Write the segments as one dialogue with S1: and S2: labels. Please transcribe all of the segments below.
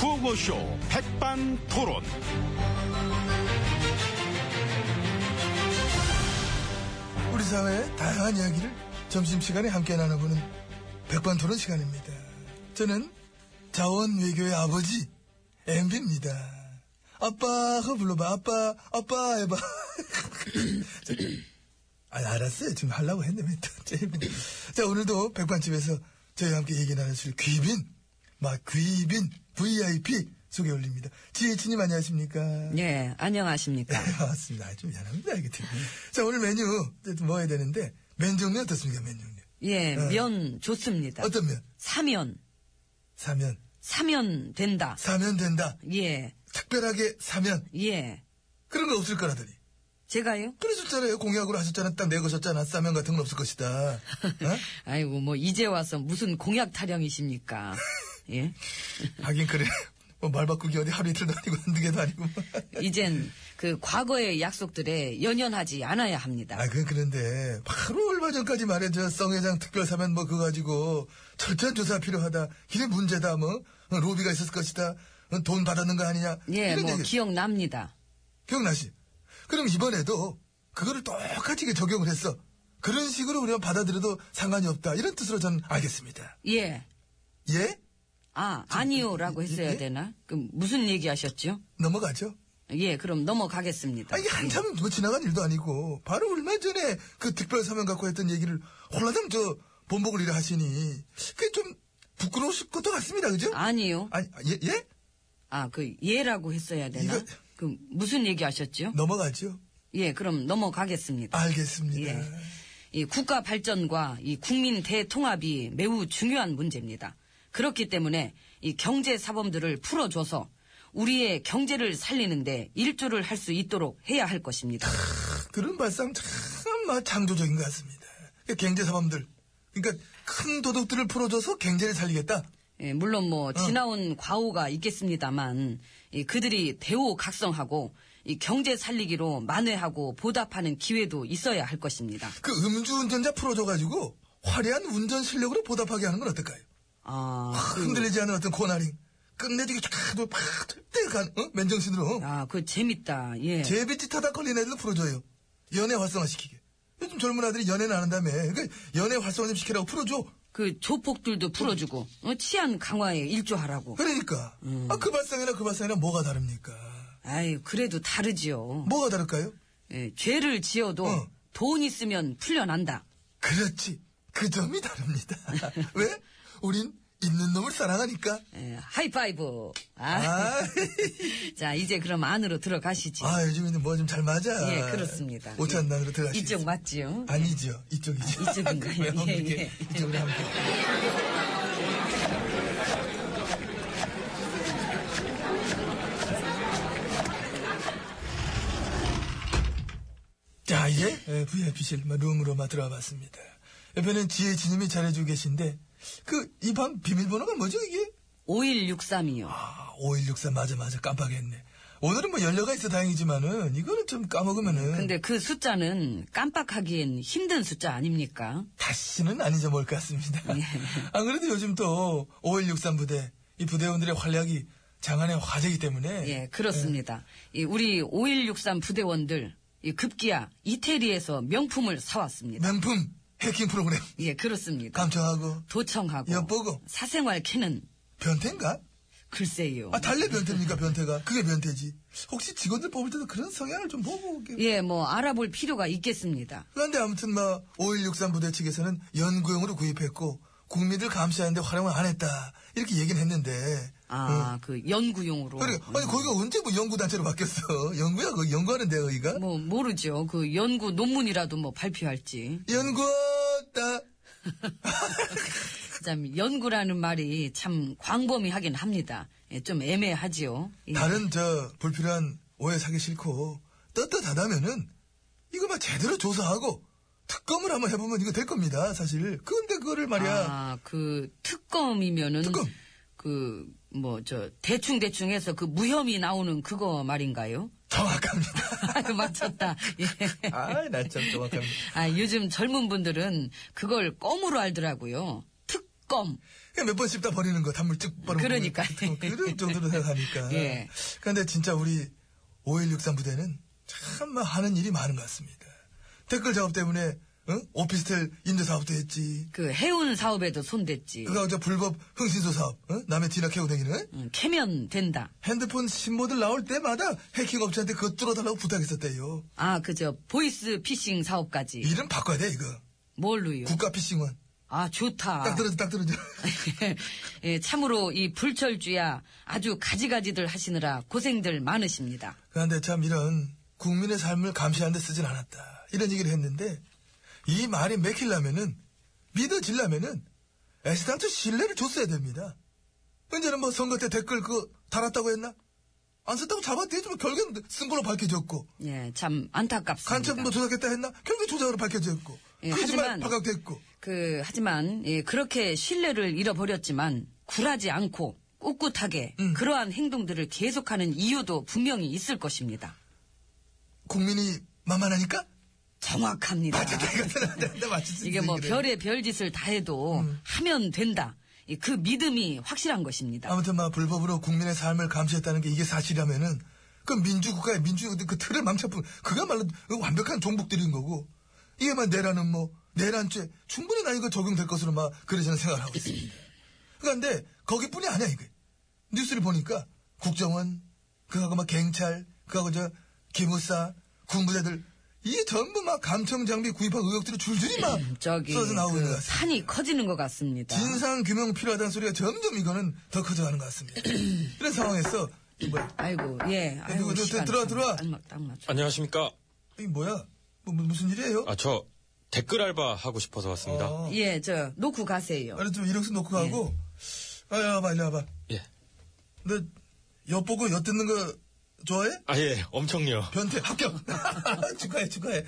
S1: 라디오쇼 백반토론.
S2: 우리 사회의 다양한 이야기를 점심시간에 함께 나눠보는 백반토론 시간입니다. 저는 자원 외교의 아버지 엠비입니다. 아빠 그 불러봐 아빠 아빠 해봐. 자, 아 알았어요 지금 하려고 했는데 왜 또, 엠비님. 자 오늘도 백반집에서 저희와 함께 얘기 나누실 귀빈 막 귀빈 VIP 소개 올립니다. 지혜진님 안녕하십니까?
S3: 예, 안녕하십니까.
S2: 아, 맞습니다. 좀 미안합니다. 이게 좀. 자, 오늘 메뉴 뭐 해야 되는데 맨 종류 어떻습니까? 맨 종류.
S3: 예,
S2: 어.
S3: 면 좋습니다.
S2: 어떤 면?
S3: 사면,
S2: 사면.
S3: 사면 된다.
S2: 사면 된다.
S3: 예,
S2: 특별하게 사면.
S3: 예.
S2: 그런 거 없을 거라더니.
S3: 제가요?
S2: 그러셨잖아요. 공약으로 하셨잖아. 딱 내거셨잖아. 사면 같은 건 없을 것이다. 어?
S3: 아이고, 뭐, 이제 와서 무슨 공약 타령이십니까? 예.
S2: 하긴 그래. 뭐 말 바꾸기 어디 하루 이틀도 아니고 한두 개도 아니고.
S3: 이젠 그 과거의 약속들에 연연하지 않아야 합니다.
S2: 아, 그건 그런데 바로 얼마 전까지 말해줘 성회장 특별 사면 뭐 그거 가지고 철저한 조사 필요하다. 이게 문제다 뭐 어, 로비가 있었을 것이다. 어, 돈 받았는 거 아니냐.
S3: 예,
S2: 이런
S3: 뭐,
S2: 얘기.
S3: 기억납니다.
S2: 기억나시? 그럼 이번에도 그거를 똑같이 이렇게 적용을 했어. 그런 식으로 우리가 받아들여도 상관이 없다. 이런 뜻으로 저는 알겠습니다.
S3: 예.
S2: 예?
S3: 아, 아니요라고 했어야
S2: 예?
S3: 되나? 그럼 무슨 얘기 하셨죠?
S2: 넘어가죠?
S3: 예, 그럼 넘어가겠습니다.
S2: 아, 이게 한참 뭐 지나간 일도 아니고, 바로 얼마 전에 그 특별 사면 갖고 했던 얘기를 홀라당 저 본복을 이래 하시니, 그게 좀 부끄러우실 것도 같습니다. 그죠?
S3: 아니요.
S2: 아니, 아, 예? 예?
S3: 아, 그, 예라고 했어야 되나?
S2: 이거-
S3: 그, 무슨 얘기 하셨죠?
S2: 넘어가죠?
S3: 예, 그럼
S2: 아,
S3: 넘어가겠습니다.
S2: 알겠습니다.
S3: 예. 이 국가 발전과 이 국민 대통합이 매우 중요한 문제입니다. 그렇기 때문에 이 경제 사범들을 풀어줘서 우리의 경제를 살리는데 일조를 할 수 있도록 해야 할 것입니다.
S2: 그런 발상 참 아, 창조적인 것 같습니다. 그 경제사범들. 그러니까 큰 도둑들을 풀어줘서 경제를 살리겠다.
S3: 예, 물론 뭐 지나온 과오가 있겠습니다만 이 그들이 대오각성하고 이 경제 살리기로 만회하고 보답하는 기회도 있어야 할 것입니다.
S2: 그 음주운전자 풀어줘가지고 화려한 운전 실력으로 보답하게 하는 건 어떨까요?
S3: 아, 그-
S2: 흔들리지 않은 어떤 코나링. 끝내주기 쫙도 팍, 절대 간, 어? 맨정신으로.
S3: 아, 그 재밌다. 예.
S2: 제비짓 하다 걸린 애들 풀어줘요. 연애 활성화시키게. 요즘 젊은 아들이 연애는 안 한다며. 그 연애 활성화 좀 시키라고 풀어줘.
S3: 그 조폭들도 풀어주고 어, 치안 강화에 일조하라고.
S2: 그러니까.
S3: 음.
S2: 아, 그 발상이나 그 발상이나 뭐가 다릅니까?
S3: 아유 그래도 다르지요.
S2: 뭐가 다를까요?
S3: 예, 죄를 지어도
S2: 어.
S3: 돈 있으면 풀려난다.
S2: 그렇지. 그 점이 다릅니다. 왜? 우린 있는 놈을 사랑하니까.
S3: 예, 하이파이브. 아.
S2: 아,
S3: 자 이제 그럼 안으로 들어가시지.
S2: 아 요즘에는 뭐 좀 잘 맞아.
S3: 예 그렇습니다.
S2: 오찬 단으로
S3: 예.
S2: 들어가시
S3: 이쪽 맞지요?
S2: 아니죠. 이쪽이죠.
S3: 아, 이쪽인가요?
S2: 그래요?
S3: 예,
S2: 이렇게
S3: 예.
S2: 이쪽으로 함께. 자, 이제 예, VIP실 룸으로 막 들어와 봤습니다. 옆에는 지혜진님이 잘해주고 계신데, 그, 이 방 비밀번호가 뭐죠, 이게?
S3: 5163이요.
S2: 아, 5164, 맞아, 맞아. 깜빡했네. 오늘은 뭐 연료가 있어 다행이지만은, 이거는 좀 까먹으면은.
S3: 근데 그 숫자는 깜빡하기엔 힘든 숫자 아닙니까?
S2: 다시는 안 잊어먹을 것 같습니다.
S3: 예.
S2: 안 그래도 요즘 또 5163 부대, 이 부대원들의 활약이 장안의 화제이기 때문에.
S3: 예, 그렇습니다. 이 우리 5163 부대원들 이 급기야 이태리에서 명품을 사왔습니다.
S2: 예, 명품 해킹 프로그램
S3: 예, 그렇습니다.
S2: 네. 감청하고
S3: 도청하고
S2: 예, 엿보고.
S3: 사생활 캐는
S2: 변태인가?
S3: 글쎄요.
S2: 아, 달래 변태입니까, 변태가? 그게 변태지. 혹시 직원들 뽑을 때도 그런 성향을 좀 보고. 오게-
S3: 예, 뭐 알아볼 필요가 있겠습니다.
S2: 그런데 아무튼 뭐 5163 부대 측에서는 연구용으로 구입했고, 국민들 감시하는데 활용을 안 했다. 이렇게 얘기는 했는데. 응.
S3: 아, 그 연구용으로.
S2: 예. 그래, 아니, 거기가 언제 뭐 연구단체로 바뀌었어? 연구야, 거기 연구하는데, 거기가?
S3: 뭐 모르죠. 그 연구 논문이라도 뭐 발표할지.
S2: 연구다.
S3: 참 연구라는 말이 참 광범위하긴 합니다. 예, 좀 애매하지요. 예.
S2: 다른 저 불필요한 오해 사기 싫고 떳떳하다면은 이거 막 제대로 조사하고 특검을 한번 해보면 이거 될 겁니다. 사실. 그런데 그거를 말이야.
S3: 아, 그 특검이면은
S2: 특검.
S3: 그 뭐 저 대충 대충 해서 그 무혐의 나오는 그거 말인가요?
S2: 정확합니다.
S3: 아유, 맞췄다. 예.
S2: 아, 나 참 정확합니다.
S3: 아, 요즘 젊은 분들은 그걸 껌으로 알더라고요. 특검. 껌.
S2: 그냥 몇 번 씹다 버리는 거 단물 쭉 버리고
S3: 그러니까.
S2: 그런 뭐 정도로 생각하니까
S3: 예.
S2: 그런데 진짜 우리 5163 부대는 참 하는 일이 많은 것 같습니다 댓글 작업 때문에 응? 오피스텔 임대 사업도 했지
S3: 그 해운 사업에도 손댔지.
S2: 그거 저 불법 흥신소 사업 응? 남의 뒤나 캐고 다니는
S3: 음, 캐면 된다.
S2: 핸드폰 신모들 나올 때마다 해킹 업체한테 그거 뚫어달라고 부탁했었대요
S3: 아, 그저 보이스 피싱 사업까지.
S2: 이름 바꿔야 돼 이거
S3: 뭘로요?
S2: 국가 피싱원
S3: 아, 좋다.
S2: 딱 들어줘 딱 들어줘
S3: 예, 참으로 이 불철주야 아주 가지가지들 하시느라 고생들 많으십니다.
S2: 그런데 참 이런 국민의 삶을 감시하는데 쓰진 않았다. 이런 얘기를 했는데 이 말이 맥히려면은 믿어지려면은 애시당초 신뢰를 줬어야 됩니다. 언제는 뭐 선거 때 댓글 그거 달았다고 했나? 안 썼다고 잡아대지만 결국엔 쓴 걸로 밝혀졌고
S3: 예, 참 안타깝습니다.
S2: 간첩 뭐 조작했다 했나? 결국 조작으로 밝혀졌고
S3: 예,
S2: 거짓말
S3: 하지만-
S2: 파악됐고
S3: 그 하지만 예, 그렇게 신뢰를 잃어버렸지만 굴하지 않고 꿋꿋하게
S2: 음.
S3: 그러한 행동들을 계속하는 이유도 분명히 있을 것입니다.
S2: 국민이 만만하니까
S3: 정확합니다.
S2: 맞겠다 이거는 안 된다 맞지
S3: 이게 뭐 별의 별짓을 다 해도
S2: 음.
S3: 하면 된다. 이그 믿음이 확실한 것입니다.
S2: 아무튼 막 불법으로 국민의 삶을 감시했다는 게 이게 사실이라면은 그 민주국가의 민주 그 틀을 망쳐뿐 그야말로 완벽한 종북들인 거고 이게 막 내란은 뭐 내란죄 충분히 나 이거 적용될 것으로 막 그래 저는 생각을 하고 있습니다. 그런데 거기뿐이 아니야 이게 뉴스를 보니까 국정원 그하고 막 경찰 그하고 저 기무사 군부대들 이게 전부 막 감청 장비 구입한 의혹들이 줄줄이 막
S3: 저기
S2: 쏟아져 나오고 있는 것
S3: 그
S2: 같습니다.
S3: 산이 커지는 것 같습니다.
S2: 진상 규명 필요하다는 소리가 점점 이거는 더 커져가는 것 같습니다. 이런 상황에서 이 뭐야?
S3: 아이고 예. 아이고,
S2: 네, 누구, 누구,
S3: 시간
S2: 들어와,
S3: 참
S2: 들어와.
S3: 딱 맞- 딱 맞춰.
S4: 안녕하십니까.
S2: 이 뭐야? 뭐, 뭐, 무슨 일이에요?
S4: 아, 저 댓글 알바 하고 싶어서 왔습니다.
S2: 어,
S3: 예, 저 놓고 가세요.
S2: 아니 좀 이력서 놓고 가고. 아, 야, 와봐, 이리 와봐.
S4: 예.
S2: 너 엿보고 엿듣는 거 좋아해?
S4: 아, 예. 엄청요.
S2: 변태 합격. 축하해, 축하해.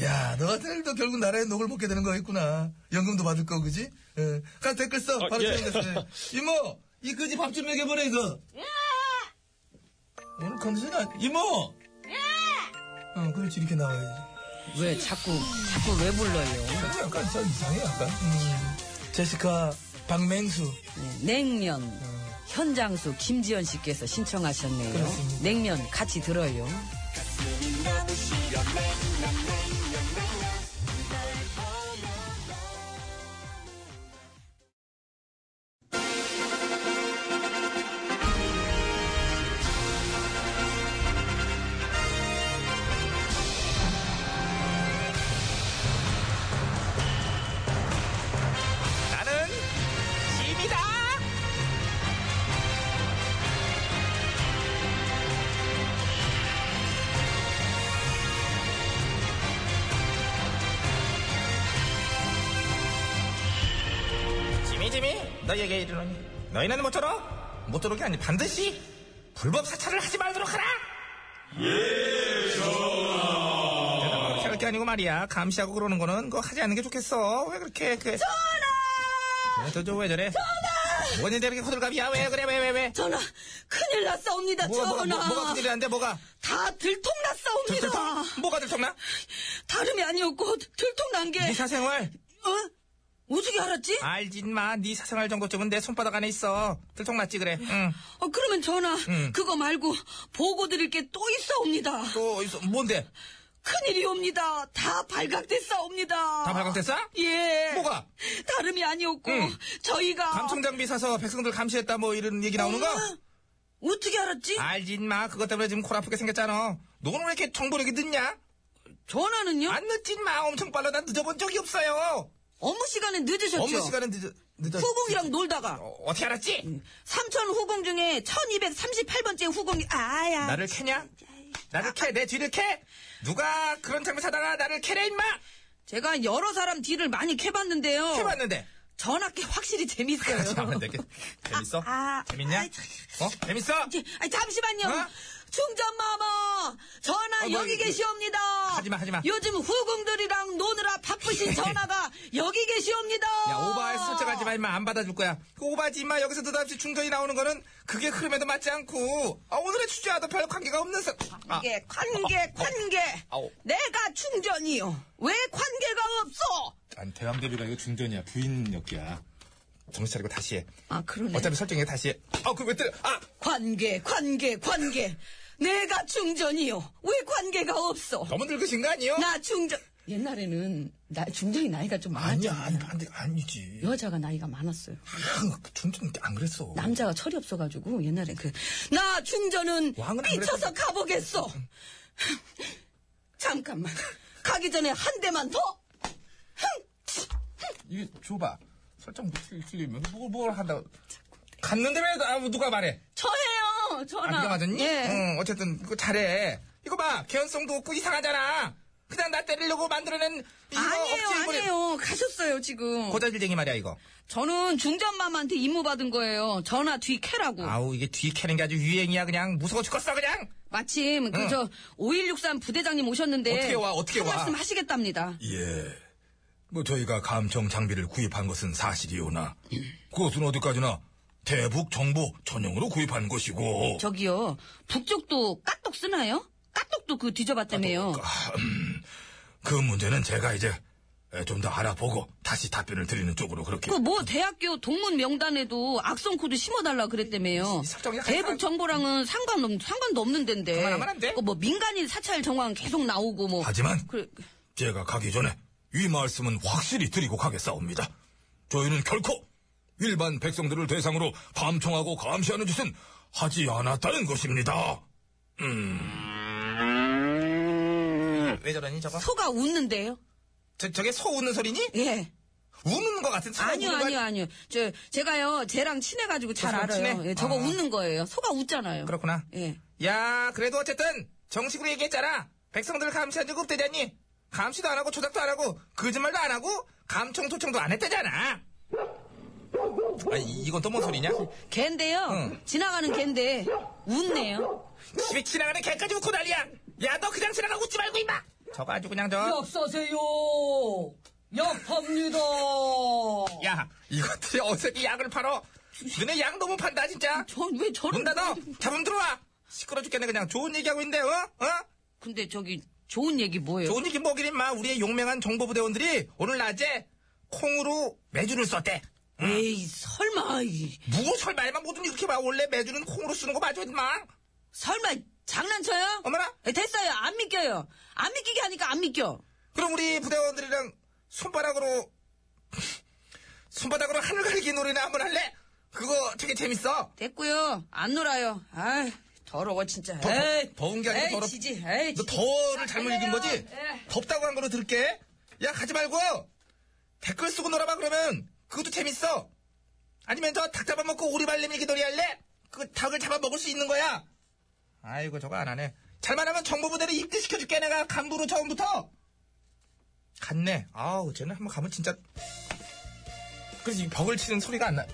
S2: 야, 너 같은 일도 결국 나라에 녹을 먹게 되는 거겠구나. 연금도 받을 거, 그지? 예. 가 댓글 써.
S4: 아,
S2: 바로
S4: 예.
S2: 채우겠어. 이모, 이 거지 밥 좀 먹여보래, 이거. 오늘 컨디션이 안, 이모! 어, 그렇지, 이렇게 나와야지.
S3: 왜 자꾸 자꾸 왜 불러요?
S2: 근데 약간 저 이상해, 약간. 음. 제시카, 박맹수.
S3: 네, 냉면 현장수 김지연 씨께서 신청하셨네요.
S2: 그렇습니다.
S3: 냉면 같이 들어요.
S1: 나는 짐이다.
S5: 지미 지미 너에게 이르노니 너희는 모쪼록 모쪼록이 아니 반드시 불법 사찰을 하지 말도록 하라 예 전하 그렇게 할게 아니고 말이야 감시하고 그러는 거는 그거 하지 않는 게 좋겠어 왜 그렇게 그 전하 도저 왜 저래 전하 뭔 일이야 이렇게 호들갑이야 왜 그래 왜 왜왜
S3: 전하 큰일 났사옵니다.
S5: 뭐가 뭐가 뭐, 뭐가 큰일이 난데 뭐가
S3: 다 들통났사옵니다.
S5: 들통 뭐가 들통나
S3: 다름이 아니었고 들통난 게
S5: 네 사생활
S3: 어? 어떻게 알았지?
S5: 알지 인마 네 사생활 정보증은 내 손바닥 안에 있어 들통났지 그래 응또
S3: 어, 그러면 전하
S5: 음.
S3: 그거 말고 보고 드릴 게 또 있사옵니다.
S5: 있어 뭔데
S3: 큰일이옵니다. 다 발각됐사옵니다.
S5: 다 발각됐어
S3: 예.
S5: 뭐가
S3: 다름이 아니었고
S5: 응.
S3: 저희가
S5: 감청 장비 사서 백성들 감시했다 뭐 이런 얘기 나오는 아. 거?
S3: 어? 어떻게 알았지?
S5: 알지 인마 그것 때문에 지금 골 아프게 생겼잖아 너는 왜 이렇게 정보력이 늦냐?
S3: 전화는요?
S5: 안 늦지 인마 엄청 빨라 난 늦어본 적이 없어요
S3: 업무 시간에 늦으셨죠?
S5: 업무 시간은 늦어 늦어
S3: 후궁이랑 놀다가
S5: 어, 어떻게 알았지?
S3: 삼천 후궁 중에 1238번째 후궁이 아야
S5: 나를 캐냐? 나를 캐 내 뒤를 캐? 누가 그런 장비 사다가 나를 캐래 인마?
S3: 제가 여러 사람 뒤를 많이 캐봤는데요
S5: 해봤는데
S3: 전학기 확실히 어. 재밌어요
S5: 아, 잠깐만 되게 재밌어?
S3: 아,
S5: 재밌냐?
S3: 아이, 참.
S5: 어? 재밌어?
S3: 예, 아이, 잠시만요
S5: 어?
S3: 충전마마 전화
S5: 어, 뭐,
S3: 여기
S5: 이게-
S3: 계시옵니다
S5: 하지마, 하지마.
S3: 요즘 후궁들이랑 노느라 바쁘신 전화가 여기 계시옵니다
S5: 야 오바해서 설정하지 마 임마 안 받아줄 거야 그 오바지 임마 여기서 느닷없이 충전이 나오는 거는 그게 흐름에도 맞지 않고 아, 오늘의 주제와도 별 관계가 없는 사... 아,
S3: 관계, 관계, 관계.
S5: 아우.
S3: 내가 충전이요. 왜 관계가 없어?
S4: 안, 대왕대비가 이거 중전이야. 부인 역이야.
S2: 정신 차리고 다시 해.
S6: 아, 그러네.
S2: 어차피 설정에 다시 해. 아, 그왜 때려? 아!
S6: 관계, 관계, 관계. 내가 중전이요. 왜 관계가 없어?
S2: 너무 늙으신 거 아니에요?
S6: 나 중전. 옛날에는 나 중전이 나이가 좀
S2: 아니야,
S6: 많았잖아.
S2: 아니, 아니, 아니지.
S6: 여자가 나이가 많았어요.
S2: 아, 준준 안 그랬어.
S6: 남자가 철이 없어가지고 옛날에 그 나 중전은
S2: 왕은 안
S6: 미쳐서
S2: 그랬어.
S6: 가보겠어. 잠깐만. 가기 전에 한 대만 더.
S2: 이거 줘봐. 설정 못 틀리면 뭘, 뭘 한다고. 갔는데 왜 아, 누가 말해?
S6: 저예요.
S2: 아,
S6: 전화.
S2: 네가 맞았니?
S6: 예.
S2: 응, 어쨌든 이거 잘해. 이거 봐, 개연성도 없고 이상하잖아. 그냥 나 때리려고 만들어낸 이거 뭐
S6: 아니에요,
S2: 억지 인물이-
S6: 아니에요. 가셨어요 지금.
S2: 고자질쟁이 말이야 이거.
S3: 저는 중전맘한테 임무 받은 거예요. 전화 뒤 캐라고.
S2: 아우 이게 뒤 캐는 게 아주 유행이야 그냥 무서워 죽겠어 그냥.
S3: 마침
S2: 응.
S3: 그 저 5163 부대장님 오셨는데
S2: 어떻게 와, 어떻게
S3: 한
S2: 와.
S3: 말씀 하시겠답니다.
S7: 예. 뭐 저희가 감청 장비를 구입한 것은 사실이오나 그것은 어디까지나 대북 정보 전용으로 구입한 것이고
S3: 저기요 북쪽도 까똑 쓰나요? 까똑도 그 뒤져봤다며요.
S7: 그 문제는 제가 이제 좀 더 알아보고 다시 답변을 드리는 쪽으로 그렇게
S3: 그 뭐 대학교 동문 명단에도 악성 코드 심어달라 그랬다며요.
S2: 이 설정이 약간
S3: 대북
S2: 사람-
S3: 정보랑은 상관 없 상관도 없는 데인데.
S2: 그만하면 안 돼?
S3: 그뭐 민간인 사찰 정황 계속 나오고 뭐.
S7: 하지만
S3: 그
S7: 제가 가기 전에 이 말씀은 확실히 드리고 가겠사옵니다. 저희는 결코 일반 백성들을 대상으로 감청하고 감시하는 짓은 하지 않았다는 것입니다. 음.
S2: 왜 저러니 저거?
S3: 소가 웃는데요.
S2: 저, 저게 소 우는 소리니?
S3: 예.
S2: 우는 것 같은 소리.
S3: 아니요, 아니요, 아니요. 저, 제가요, 쟤랑 친해가지고 잘
S2: 소랑
S3: 알아요.
S2: 친해?
S3: 예, 저거
S2: 아.
S3: 웃는 거예요. 소가 웃잖아요.
S2: 그렇구나.
S3: 예.
S2: 야 그래도 어쨌든 정식으로 얘기했잖아. 백성들 감시한 적 없대잖니. 감시도 안 하고 조작도 안 하고 거짓말도 안 하고 감청 도청도 안 했대잖아. 아 이- 이건 또 뭔 소리냐?
S3: 걔인데요.
S2: 응.
S3: 지나가는 걔인데, 웃네요.
S2: 집에 지나가는 개까지 웃고 난리야. 야 너 그냥 지나가고 웃지 말고 임마. 저거 아주 그냥 저.
S3: 역사세요! 역합니다!
S2: 야 이것들이 어색히 약을 팔어. 너네 약 너무 판다 진짜.
S3: 전왜 저런.
S2: 문 닫어. 잡음 들어와. 시끄러 죽겠네 그냥 좋은 얘기하고 있는데 어? 어?
S3: 근데 저기, 좋은 얘기 뭐예요?
S2: 좋은 얘기 뭐긴 임마 우리의 용맹한 정보부대원들이 오늘 낮에 콩으로 매주를 썼대.
S3: 에이, 설마, 이,
S2: 무엇을 말만 뭐든 이렇게 봐. 원래 매주는 콩으로 쓰는 거 맞아, 임마.
S3: 설마, 장난쳐요?
S2: 어머나.
S3: 에, 됐어요. 안 믿겨요. 안 믿기게 하니까 안 믿겨.
S2: 그럼 우리 부대원들이랑 손바닥으로 손바닥으로 하늘 가리기 놀이나 한번 할래? 그거 되게 재밌어.
S3: 됐고요. 안 놀아요. 아이, 더러워, 진짜.
S2: 더-
S3: 에이,
S2: 더운 게 아니고
S3: 에이,
S2: 더럽-
S3: 지지. 에이,
S2: 너
S3: 지지.
S2: 더를 잘못 읽은 거지?
S3: 예.
S2: 덥다고 한 걸로 들게. 야 가지 말고 댓글 쓰고 놀아봐 그러면 그것도 재밌어. 아니면 저 닭 잡아먹고 오리 발레 밀기 놀이 할래? 그 닭을 잡아먹을 수 있는 거야. 아이고 저거 안 하네. 잘만 하면 정보부대를 입대시켜줄게 내가 간부로 처음부터. 갔네. 아우 쟤는 한번 가면 진짜. 그래서 이 벽을 치는 소리가 안 나.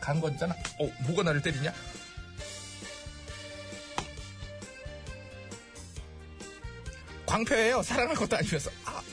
S2: 간 거잖아. 어 뭐가 나를 때리냐? 광표예요. 사랑할 것도 아니면서. 아,